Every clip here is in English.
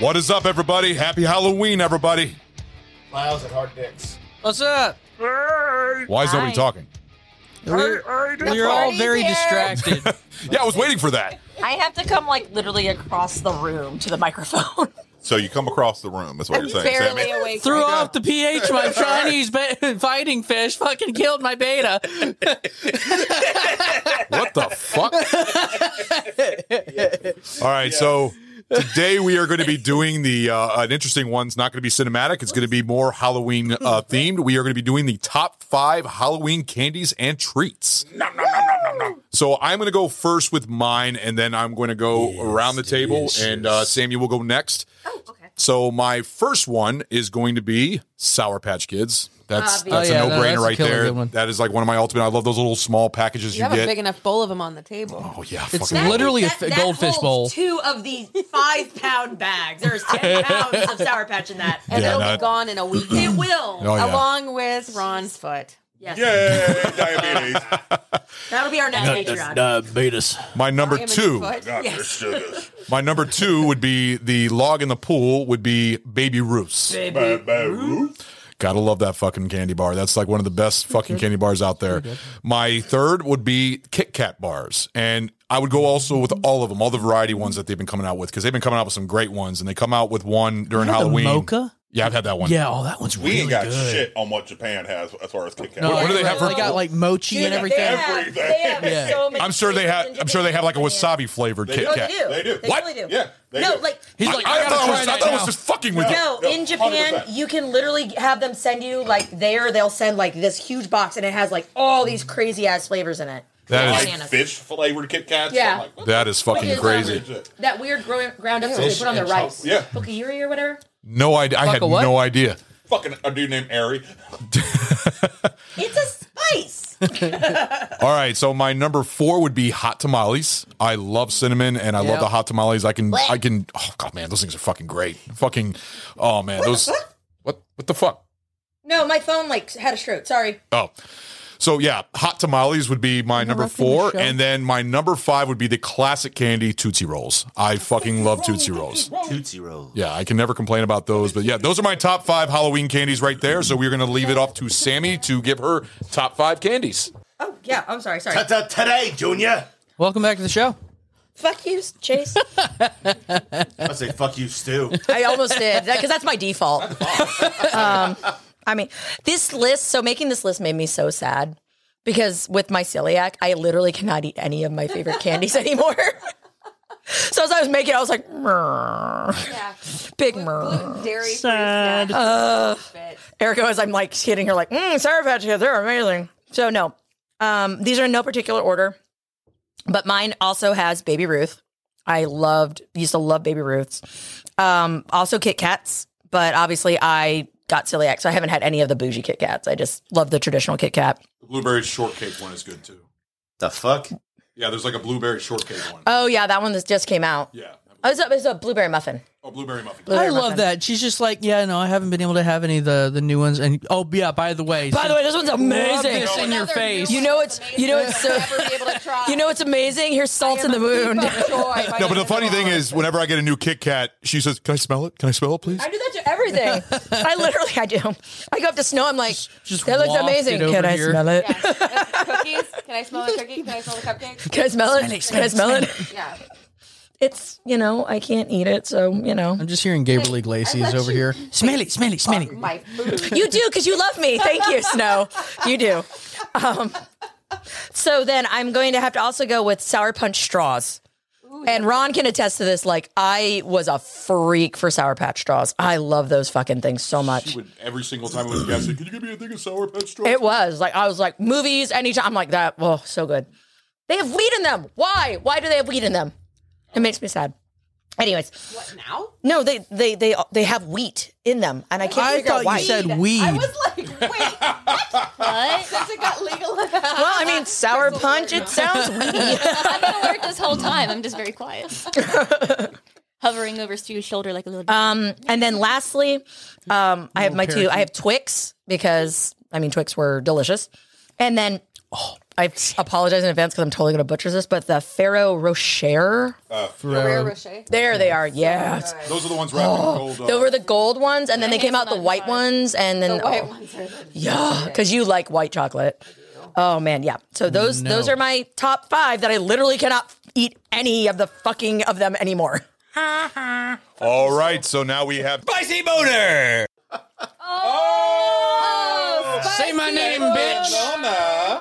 What is up, everybody? Happy Halloween, everybody. Miles at Hard Dicks. What's up? Why is nobody Hi. talking? You're all party's very here. distracted. Yeah, I was waiting for that. I have to come like literally across the room to the microphone. So you come across the room. That's what you're saying, Barely Sammy. awake. Threw off the pH. My Chinese ba- fighting fish fucking killed my beta. What the fuck? All right, so today we are going to be doing the uh, an interesting one. It's not going to be cinematic. It's going to be more Halloween uh, themed. We are going to be doing the top five Halloween candies and treats. So I'm going to go first with mine, and then I'm going to go around the table, and uh, Sammy will go next. Oh, okay. So my first one is going to be Sour Patch Kids. That's Obvious. that's Oh, yeah, a no, no brainer that's a right killer there. good one. That is like one of my ultimate. I love those little small packages You you, have a get. big enough bowl of them on the table. oh yeah, It's fucking- literally a That- f- that goldfish holds bowl. Two of the five pound bags. There's ten pounds of Sour Patch in that. And Yeah, it'll no. be gone in a week, It will. Oh, yeah. along with Ron's foot. Yes. Yay, diabetes. That'll be our next Patreon. Uh, Diabetes. My number Him and two. his foot. God, there's sugars. My number two would be the log in the pool. Would be Baby Ruth's. Bad, bad roof. Gotta love that fucking candy bar. That's like one of the best fucking candy bars out there. My third would be Kit Kat bars, and I would go also with all of them, all the variety ones that they've been coming out with because they've been coming out with some great ones, and they come out with one during Halloween. mocha? Yeah, I've had that one. Yeah, oh, that one's We really ain't got good. shit on what Japan has as far as Kit Kat. No, What do they have for- They got like mochi and They everything. have, they have Yeah. so many I'm sure they things have. in I'm sure they have like a Japan. wasabi flavored Kit Oh, Kat. they do. They do. They What? really do. Yeah, they no, do. like He's I, like, I I, thought, gotta it try was, I that thought it was now. just fucking with you. No, No, in Japan, 100%. you can literally have them send you like there. They'll send like this huge box, and it has like all these crazy ass flavors in it. That is like fish flavored Kit Kats. Yeah. I'm like, what that is fucking Is, um, crazy. That weird gro- ground up stuff they Fish put on the and rice. Yeah. Bukiyuri or whatever. No idea. I had a what? no idea. the- fucking a dude named Ari. It's a spice. All right, so my number four would be hot tamales. I love cinnamon, and I Yep. love the hot tamales. I can, I can. Oh god, man, those things are fucking great. Fucking, oh man, those. What? What the fuck? no, my phone like had a stroke. Sorry. Oh, so yeah, hot tamales would be my number four, and then my number five would be the classic candy tootsie rolls. I fucking love tootsie rolls. Tootsie Roll. Yeah, I can never complain about those. But yeah, those are my top five Halloween candies right there. So we're gonna leave it off to Sammy to give her top five candies. Oh yeah, I'm sorry. Sorry. Ta-ta today, Junior. Welcome back to the show. Fuck you, Chase. I say fuck you, Stu. I almost did because that's my default. um, I mean, this list. So making this list made me so sad because with my celiac, I literally cannot eat any of my favorite candies anymore. so as I was making, it, I was like, "Mrrr." Yeah. big murr. Dairy free snack. Fit. Erica, as I'm like hitting her, like, mm, Sour Patch Kids, they're amazing. So no, um, these are in no particular order, but mine also has Baby Ruth. I loved, used to love Baby Ruths. Um, also Kit Kats, but obviously I got celiac, so I haven't had any of the bougie Kit Kats. I just love the traditional Kit Kat. The blueberry shortcake one is good too. the fuck? Yeah, there's like a blueberry shortcake one. Oh yeah, that one that just came out. yeah. Oh, it's a, it's a blueberry muffin. Oh, blueberry muffin. Blueberry I love muffin. that. She's just like, yeah, no, I haven't been able to have any of the, the new ones. And oh, yeah, by the way, By the way, this one's rub amazing. this in your face. You know it's you know it's so Never be able to try. you know it's amazing. Here's salt in the moon. No, but the funny thing is, whenever I get a new Kit Kat, she says, "Can I smell it? Can I smell it, please?" I do that to everything. I literally, I do. I go up to snow. I'm like, just that looks waft amazing. it over Can I here. smell it? Yeah. cookies? Can I smell the cookie? Can I smell the cupcake? Can I smell it? Can I smell it? Yeah. It's you know, I can't eat it, so you know. I'm just hearing Gabriel Iglesias over here. Smelly, smelly, smelly. My food. You do because you love me. Thank you, Snow. You do. Um, so then I'm going to have to also go with sour punch straws. And Ron can attest to this. Like, I was a freak for Sour Patch Straws. I love those fucking things so much. She would every single time I was guessing. Can you give me a thing of sour patch straws? It was like, I was like, movies, anytime. I'm like, that, oh, so good. They have weed in them. Why? Why do they have weed in them? It makes me sad. Anyways, What now? no, they they they they have wheat in them, and I can't I figure out thought why. you said weed. I was like, wait, what? Since it got legal. well, well, I mean, sour punch. It sounds weedy. I've been awake this whole time. I'm just very quiet, hovering over Stu's shoulder like a little. Um, and then lastly, um, I have my two. I have Twix because I mean Twix were delicious, and then oh, I apologize in advance because I'm totally going to butcher this, but the Ferrero Rocher. Ferrero Rocher. There they are. Yes, Those are the ones wrapped in gold. Uh, they were the gold ones, and then they came out the Hazelnut white ones, and then The white oh, ones are the yeah, because you like white chocolate. Oh man, yeah. So those those are my top five that I literally cannot eat any of the fucking of them anymore. All right, so now we have Spicy boner. Say my name, bitch.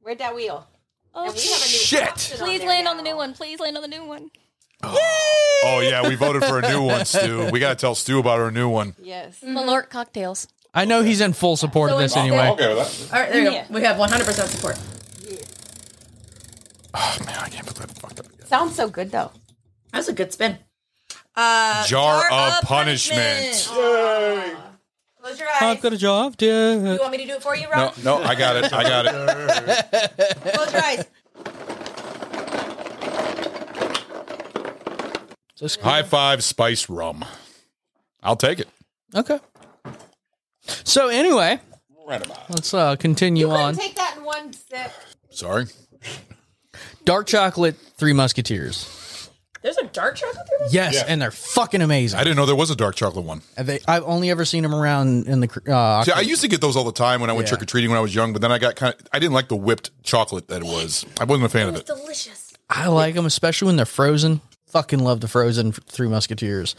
Where'd that wheel? Oh, And we have a new Shit. option please there land now. on the new one. Please land on the new one. Oh yeah, we voted for a new one, Stu. We gotta tell Stu about our new one. Yes. Malort cocktails. I know he's in full support of this So anyway. I'm okay with that. All right, there you Yeah. go. We have 100 percent support. Oh man, I can't believe I fucked up. Sounds so good though. That's a good spin. Uh, Jar of punishment. Close your eyes. Oh, I've got a job, dude. you want me to do it for you, No, Rob? no, I got it. I got it. Close your eyes. High five, spice rum. I'll take it. Okay. So anyway, Right about. it. let's uh, continue on. Take that in one sip. Sorry. Dark chocolate, Three Musketeers. There's a dark chocolate there? Yes, Yeah. and they're fucking amazing. I didn't know there was a dark chocolate one. And they, I've only ever seen them around in the. cr- Uh, See, I used to get those all the time when I went Yeah. trick or treating when I was young, but then I got kind of, I didn't like the whipped chocolate that it was. I wasn't a fan of it. Delicious. I like them, especially when they're frozen. Fucking love the frozen f- Three Musketeers.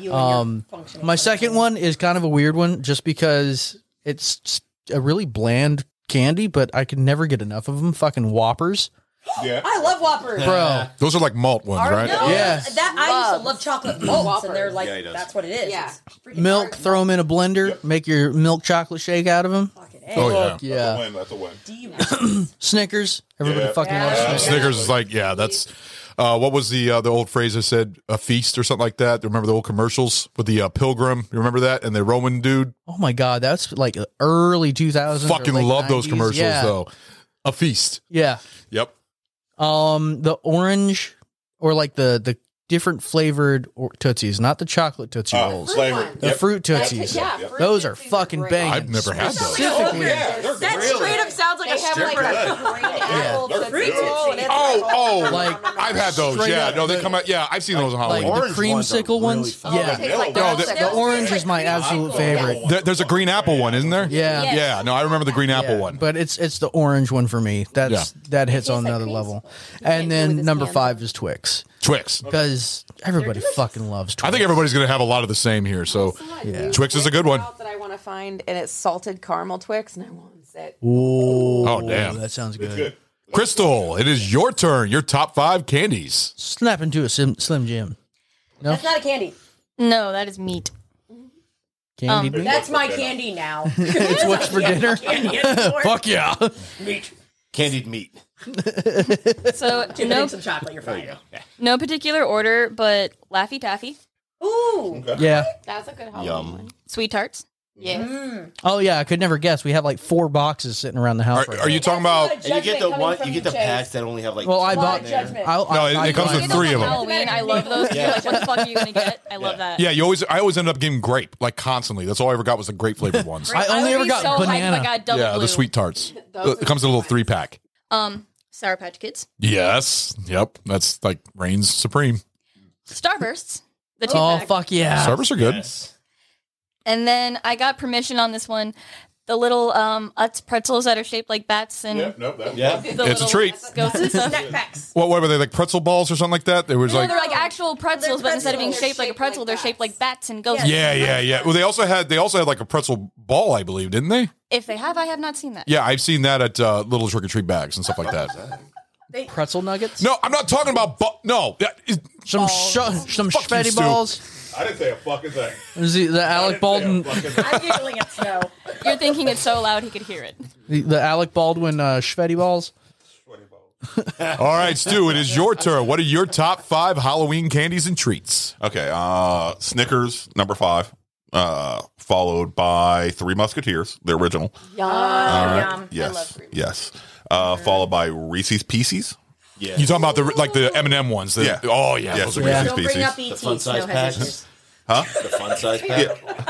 You um, functioning. My second one is kind of a weird one, just because it's s- a really bland candy, but I could never get enough of them. Fucking Whoppers, Yeah. I love Whoppers. bro. Those are like malt ones, right? No, Yeah. Oh, that I used to love chocolate molts, and they're like, Yeah, he does. that's what it is. Yeah. It's freaking Milk, dark throw them in a blender, make your milk chocolate shake out of them. fucking egg. Oh yeah. That's a Yeah, win. That's a win. Snickers. Everybody Yeah. fucking Yeah. loves Snickers. Uh, Snickers is like, yeah, that's uh, what was the uh, the old phrase I said, a feast or something like that. Remember the old commercials with the uh, pilgrim? You remember that? And the Roman dude Oh my god, that's like early 2000s. or fucking late love those 90s. commercials Yeah. though. A feast. Yeah. Yep. Um, the orange or like the the different flavored or- tootsies, not the chocolate tootsie Uh, rolls. flavor. ones. the Yep. fruit Like, tootsies. yeah, Yep. fruit Those are juices fucking great. banging. I've never had those. Oh, Specifically. Yeah, they're That really- straight up sounds like They a have like a stripper. great apple they're tootsie good. roll, and it's Oh, like- oh, Like- I've had those. Straight yeah, up. no, they come out. Yeah, I've seen those on Like Halloween. the Orange ones are creamsicle really ones. fun. yeah. It's like No, the- those- those the taste orange like is my green absolute apples. favorite. There- there's a green apple one, isn't there? Yeah. Yeah. Yeah. No, I remember the green apple one. But it's it's the orange one for me. That's that hits on another level. And with then this number hand. five is Twix Twix. because everybody fucking loves Twix. I think everybody's gonna have a lot of the same here. So Twix is a good one. That I want to find, and it's salted caramel Twix, and I want it. Ooh, Oh, damn. that sounds good. Good. Crystal, it is your turn. Your top five candies. Snap into a sim, Slim Jim That's not a candy. No, that is meat. candy. Um, bean. That's my candy now. it's what's for dinner. Fuck yeah. Candied meat. So no, Nope. Some chocolate, you're fine. no particular order, but Laffy Taffy, Ooh. Yeah. That's a good Halloween Yum. Sweet Tarts. Yes. Oh yeah, I could never guess. We have like four boxes sitting around the house. Are, right are you talking about? And you get the one. You get the packs that only have like. Well, I two bought- in there. Judgment. I, No, I, it- I, it comes I- with three of them. Halloween, I love those. Yeah. You're Like, what the fuck are you gonna get? I love that. Yeah, you always. I always ended up getting grape, like constantly. That's all I ever got was the grape flavored ones. I only would ever be got so hyped if banana. I got double yeah, blue. the sweet tarts. Uh, It comes in a little three pack. Um, Sour Patch Kids, Yes. Yep. That's like reigns supreme. Starbursts, the two Oh pack. fuck yeah! Servers are good. Yes. And then I got permission on this one. The little um Utz pretzels that are shaped like bats and Yep. Nope. That, Yeah. the It's a little treat. Ghosts and stuff. Snack packs. What, what were they like pretzel balls or something like that? There was No, like they're like actual pretzels, but instead of being pretzels. shaped like a Shaped pretzel, like they're bats. shaped like bats and ghosts. yeah, yeah, yeah. Well, they also had they also had like a pretzel ball, I believe, didn't they? If they have, I have not seen that. Yeah, I've seen that at uh, little trick or treat bags and stuff like that. pretzel nuggets. No, I'm not talking about. Bu- no, that is- some sh- some Fuck you, spaghetti Stu. balls. I didn't say a fucking thing. Is the, the Alec Baldwin I'm giggling at snow. You're thinking it so loud he could hear it. the, the Alec Baldwin uh, Schvetty balls? all right, Stu. It is your turn. What are your top five Halloween candies and treats? Okay, uh, Snickers number five, uh, followed by Three Musketeers, the original. Yum. Yes, yes. Uh, followed by Reese's Pieces. Yeah. You talking about the like the M and m ones? The, Yeah. Oh yeah. Yes, those are the Reese's Don't bring Pieces. up E ET. The fun Snow size packs. has issues. The fun size pack. good.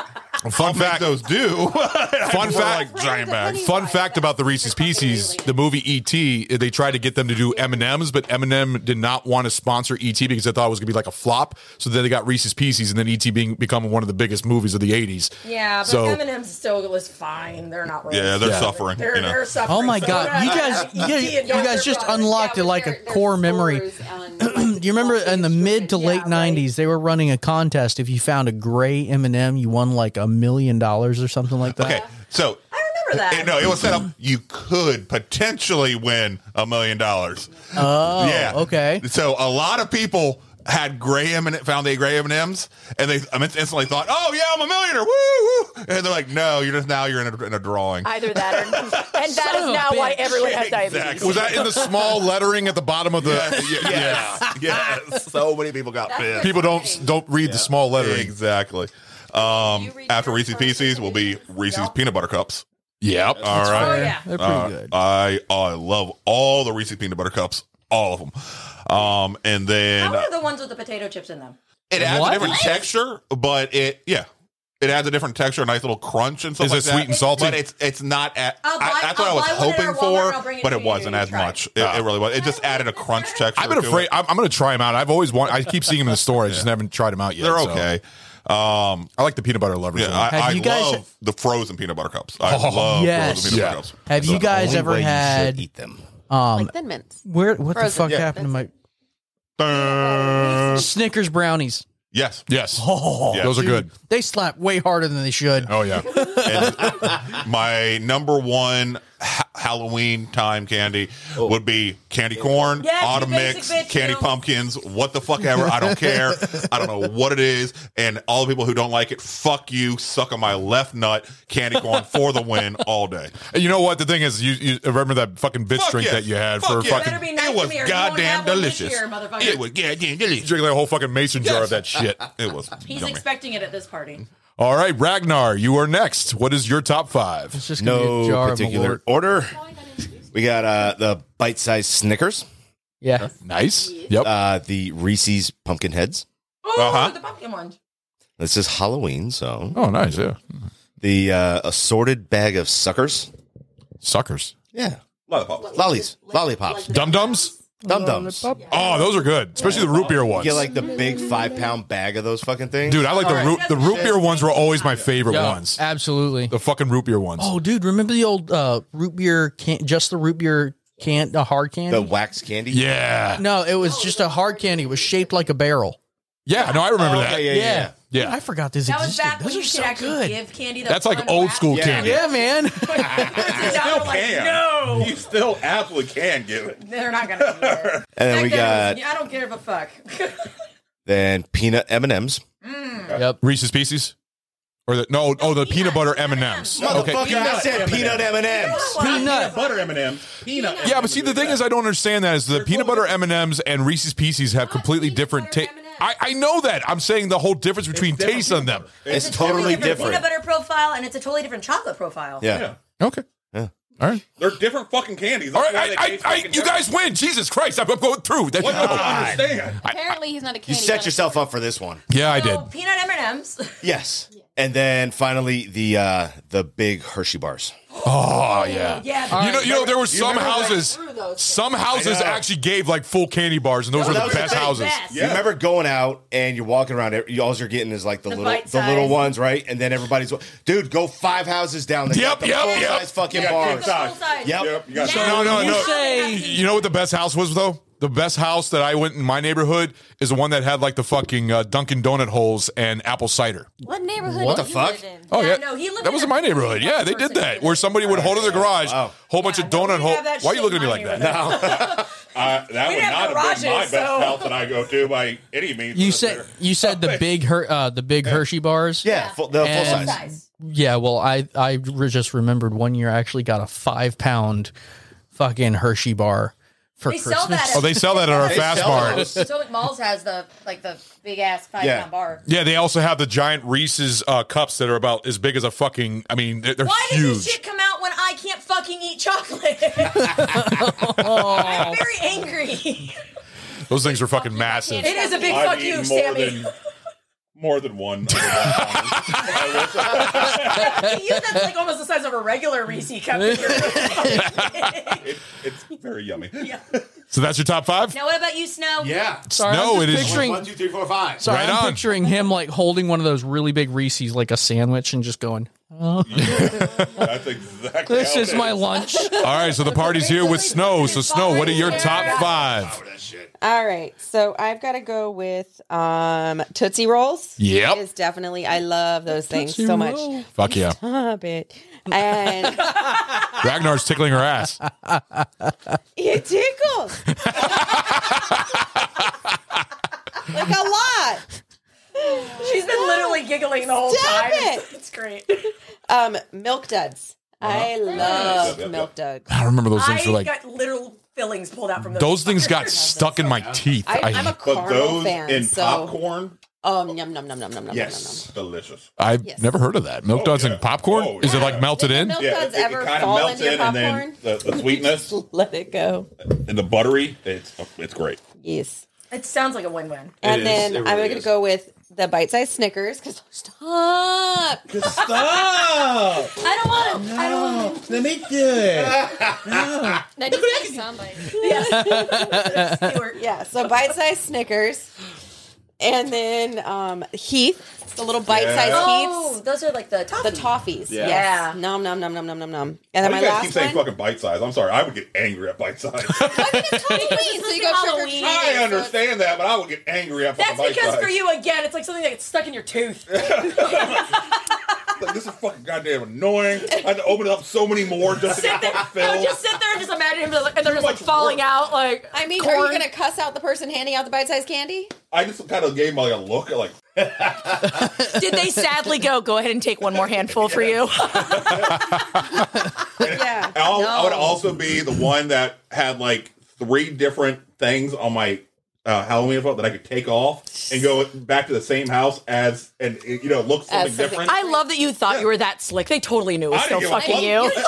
Fun fact. Those do. Fun fact. like giant bags. Fun fact about the Reese's Pieces, the movie E.T., they tried to get them to do M&M's, but M&M did not want to sponsor E.T. because they thought it was going to be like a flop. So then they got Reese's Pieces and then E.T. being becoming one of the biggest movies of the 80s. Yeah, but So- M&M's still is fine. They're not really. yeah, they're suffering. They're, you know. they're suffering. Oh my so god, bad. you guys, you, guys- Yeah, you guys just unlocked it like a core memory. Do Do you remember in the mid to late '90s they were running a contest? If you found a gray M and m you won like a million dollars or something like that. Okay, so I remember that. no, it was set up. You could potentially win a million dollars. Oh, yeah, okay. So a lot of people had gray M and found they gray M and M's, and they I mean, instantly thought, "Oh yeah, I'm a millionaire!" Woo, woo! And they're like, "No, you're just now you're in a, in a drawing." Either that or. And that is Son of a now why bitch. everyone has diabetes. Exactly. Was that in the small lettering at the bottom of the... yeah, yeah, yeah. So many people got pissed. People don't don't read the small lettering. exactly. Um, after Reese's Pieces will be Reese's peanut butter cups. Yep. All right. Oh, yeah. They're pretty Uh, good. I I love all the Reese's peanut butter cups, all of them. Um, and then How are the ones with the potato chips in them? it adds What? a different texture, but it yeah, it adds a different texture, a nice little crunch and stuff. Is it like that. sweet and salty? But it's it's not at. I'll buy- I, that's what I I'll was buy one at our hoping Walmart, I'll for, bring it but to it you wasn't to as try. much. It, it really was. It just added a crunch texture. I've been to it. afraid... I'm, I'm going to try them out. I've always wanted... I keep seeing them in the store. I just haven't tried them out yet. They're so. okay. Um, I like the peanut butter lovers. yeah, one. I, Have I you guys- love the frozen peanut butter cups. I love yes. frozen peanut Yeah. butter cups. Have you guys Only way ever you should had eat them? like thin mints. where? What the Frozen. fuck Yeah. happened to my Uh, Dun. Snickers brownies? Yes. Yes. Oh, Those are good. They slap way harder than they should. Oh, yeah. And my number one ha- Halloween time candy Oh. would be candy corn, Yes, you autumn basic mix, bitch, candy you. pumpkins, what the fuck ever. I don't care. I don't know what it is. And all the people who don't like it, fuck you, suck on my left nut, candy corn for the win all day. And You know what? The thing is, you, you remember that fucking bitch Fuck drink yes. that you had Fuck for yes. fucking. Better be nice It to was me or you won't goddamn have one this delicious. year, motherfucker. It was goddamn delicious. Drink like a whole fucking mason jar of Yes. that shit. It was He's yummy. expecting it at this party. All right, Ragnar, you are next. What is your top five? It's just gonna be a No jar particular Of Malort. order. We got uh, the bite-sized Snickers, yeah, Nice. Yep. uh, the Reese's pumpkin heads. Oh, Uh-huh. the pumpkin ones. This is Halloween, so oh, nice. Yeah. the uh, assorted bag of suckers. Suckers. Yeah, Lollipop. lollies, lollipops, Dum dums. dum dums. Oh, those are good, especially the root beer ones. Get like the big five-pound bag of those fucking things, Dude, I like the root. The root beer ones were always my favorite Yeah, ones. absolutely. The fucking root beer ones. Oh, dude, remember the old uh, root beer can? Just the root beer can, the hard candy. The wax candy. Yeah. no, it was just a hard candy. It was shaped like a barrel. Yeah. No, I remember Yeah, that. Oh, yeah, yeah. Yeah. I forgot this That was existed. back Those when you are could so actually good. give candy. That That's like fun old wrap. school Yeah. candy. Yeah, man. Now we're like, no, You still absolutely can give it. they're not gonna. do that. And then Back we then it got was, I don't give a fuck. then peanut M and M's. Reese's Pieces, or the no? Oh, the peanut butter M and M's. I said peanut M and M's. Peanut. Butter M&M's. Peanut. Yeah, but see, the thing is, I don't understand that. Is the peanut butter M and M's and Reese's Pieces have completely different taste? I, I know that. I'm saying the whole difference between taste on them. It's totally totally different, peanut different. butter profile, and it's a totally different chocolate profile. Yeah. Okay. Yeah. All right. They're different fucking candies. All right. I, I, I, you guys win. Jesus Christ! I'm, I'm going through. That- understand? Apparently, he's not a You candy. set guy. yourself up for this one. Yeah, I did. So peanut M and M's. Oh, Yes. And then finally the uh the big Hershey bars. Oh yeah. Yeah, You know, you know, there were some remember when- houses. those Some houses actually gave like full candy bars, and those were Those the were the best houses. best. You remember going out and you're walking around. you- All you're getting is like the, little bite the little size. ones, right? And then everybody's dude, go five houses down. They Yep, got the yep, full yep. size fucking Yeah, bars. exactly. Yep. you got No, no, You no. say- You know what the best house was though? The best house that I went in my neighborhood is the one that had like the fucking uh, Dunkin' Donut holes and apple cider. What neighborhood? What did the you fuck? live in? Oh Yeah, yeah, no, he lived that in was a in my really neighborhood. Yeah, they person did that. did Where that. somebody would hold in the garage, Wow. whole bunch of Yeah, no, donut we hole. have that Why are you shit looking at in me my like that? neighborhood. Uh, that We would didn't not have have been my garages, best so- pal that I go to by any means. You unless said they're- you said the big her, uh, the big Hershey bars. Yeah, Full, the full And- size. Size. Yeah, well, I I re- just remembered one year I actually got a five pound fucking Hershey bar for They Christmas. sell that. Oh, they sell that at our They fast sell bar. those. Potomac Malls has the like the big ass five pound Yeah. bar. Yeah, they also have the giant Reese's uh, cups that are about as big as a fucking. I mean, they're, they're Why did this huge. shit come out when I can't fucking eat chocolate? I'm very angry. It Those things are fucking massive. is a big I've fuck you, eaten Sammy. Than, more than one. I will say. to you, that's like almost the size of a regular Reese cup. in your hand. It- it's very yummy. So that's your top five. Now, what about you, Snow? Yeah. Sorry, No, I'm it just is- picturing. One, two, three, four, five. sorry, Right I'm on. picturing him like holding one of those really big Reese's like a sandwich and just going, That's exactly. "This how is it my lunch." All right, so the party's here with Snow. So Snow, what are your top five? All right, so I've got to go with um Tootsie Rolls. Yep. is definitely I love those things Tootsie so much. Roll. Fuck yeah, Stop it, and Ragnar's tickling her ass. it tickles like a lot. She's been literally giggling the whole Stop time. it. It's great. Um, milk duds. I love Uh-huh. Yep, yep, milk duds. I remember those I things were like got literal fillings pulled out from those. those things got fuckers. stuck in my teeth. I, I'm a I But caramel those fan, in so popcorn, um, yum nom nom nom nom nom yes, delicious. I've Yes. never heard of that. Milk Oh, duds yeah. and popcorn. Oh, Is it yeah. like melted in? Milk Yeah, duds it, it, ever kind fall of melts into your in, and then popcorn? the, the sweetness nom. Let it go. and the buttery. It's it's great. Yes. It sounds like a win-win. And is. then It I'm really going is. to go with the bite-sized Snickers because stop. Stop! I don't want to. I don't want Oh, let me do it. to. That just makes somebody. Stuart, Yeah, so bite-sized Snickers, and then um, Heath, the little bite-sized Oh, Heaths, those are like the top. the toffees. Yeah. Yes. Nom nom nom nom nom nom nom. And Why then do my you guys keep last saying one. fucking bite size? I'm sorry, I would get angry at bite size. Halloween, so you go trick or treating, so I it's- understand that, but I would get angry at fucking That's bite because size. for you again, it's like something that gets stuck in your tooth. Like, this is fucking goddamn annoying. I had to open up so many more just to sit get there, fucking no, filled. just sit there and just imagine him, like, and they're just like much falling work. out. Like I mean, are corn. you going to cuss out the person handing out the bite-sized candy? I just kind of gave him like a look, like Did they sadly go? Go ahead and take one more handful for you. Yeah. And I'll, I would No. also be the one that had like three different things on my uh, Halloween photo that I could take off and go back to the same house as, and you know, look something something- different. I love that you thought you were that slick. They totally knew it was I still didn't give a fucking fuck. you.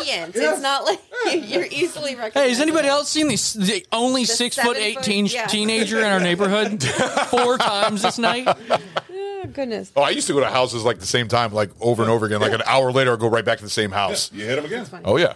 You're giant. Yeah. It's not like you're easily recognized. Hey, has anybody else seen these, the only six foot seven foot- eighteen yeah. teenager in our neighborhood four times this night? Oh, goodness. Oh, I used to go to houses like the same time, like over and over again. Like an hour later, I go right back to the same house. you hit him again. Oh yeah.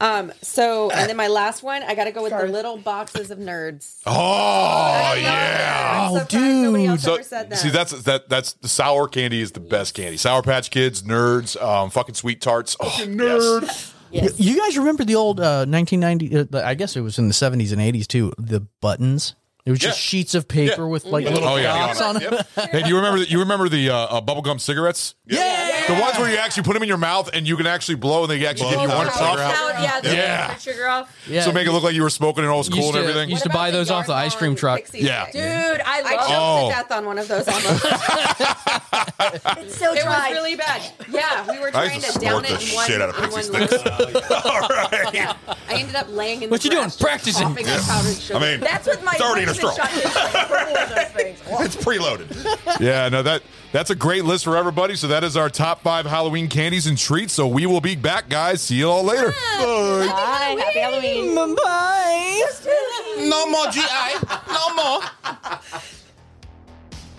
Um. So, and then my last one, I got to go with the little boxes of nerds. Oh yeah. I'm surprised nobody else So, ever said that. see, that's that that's the sour candy is the best candy. Sour Patch Kids, nerds, um, fucking sweet tarts. Oh, Nerd. yes. Yes. You guys remember the old uh, 1990? Uh, the- I guess it was in the 70s and 80s too. The buttons. It was just Yeah. sheets of paper with like little Oh, yeah. dots on it. Yep. Hey, do you remember that? You remember the uh, uh, bubblegum cigarettes? Yeah. The ones where you actually put them in your mouth and you can actually blow, and they actually Blow give you it one out. flavor Blow it out. Now, yeah, the Yeah. the sugar off. yeah. So make it look like you were smoking and all was Used cool and to- everything. used to buy those off the ice cream truck. Yeah. Dude, Dude, I I choked love Oh. to death on one of those almost. it. It's so It was dry. really bad. Yeah, we were I trying used to to down snort it the in one. shit out of in Pixie one Sticks. All right. Yeah, I ended up laying in. What the you doing? grass, Practicing. coughing up powdered sugar. I mean, That's what my It's already in a poison straw. shot tastes like. Purple with those things. Oh. it's preloaded. Yeah, no, that that's a great list for everybody. So that is our top five Halloween candies and treats. So we will be back, guys. See you all later. Bye. Hi, happy Halloween. No more GI. No more.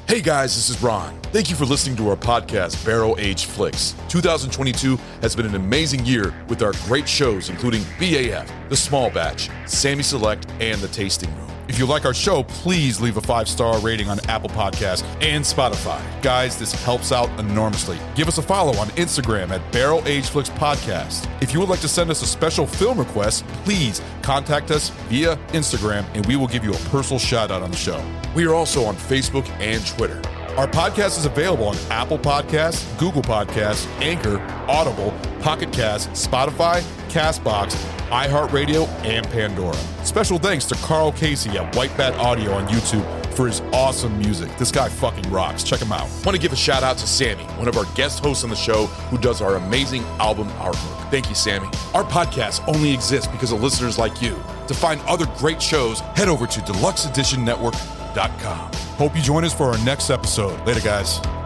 Hey guys, this is Ron. Thank you for listening to our podcast, Barrel Age Flicks. 2022 has been an amazing year with our great shows, including BAF, The Small Batch, Sammy Select, and The Tasting Room. If you like our show, please leave a five star rating on Apple Podcasts and Spotify. Guys, this helps out enormously. Give us a follow on Instagram at Barrel Age Flicks Podcast. If you would like to send us a special film request, please contact us via Instagram and we will give you a personal shout out on the show. We are also on Facebook and Twitter. Our podcast is available on Apple Podcasts, Google Podcasts, Anchor, Audible, Pocket Cast, Spotify, Castbox, iHeartRadio, and Pandora. Special thanks to Carl Casey at White Bat Audio on YouTube for his awesome music. This guy fucking rocks. Check him out. Want to give a shout out to Sammy, one of our guest hosts on the show who does our amazing album artwork. Thank you, Sammy. Our podcast only exists because of listeners like you. To find other great shows, head over to deluxeeditionnetwork.com. Hope you join us for our next episode. Later, guys.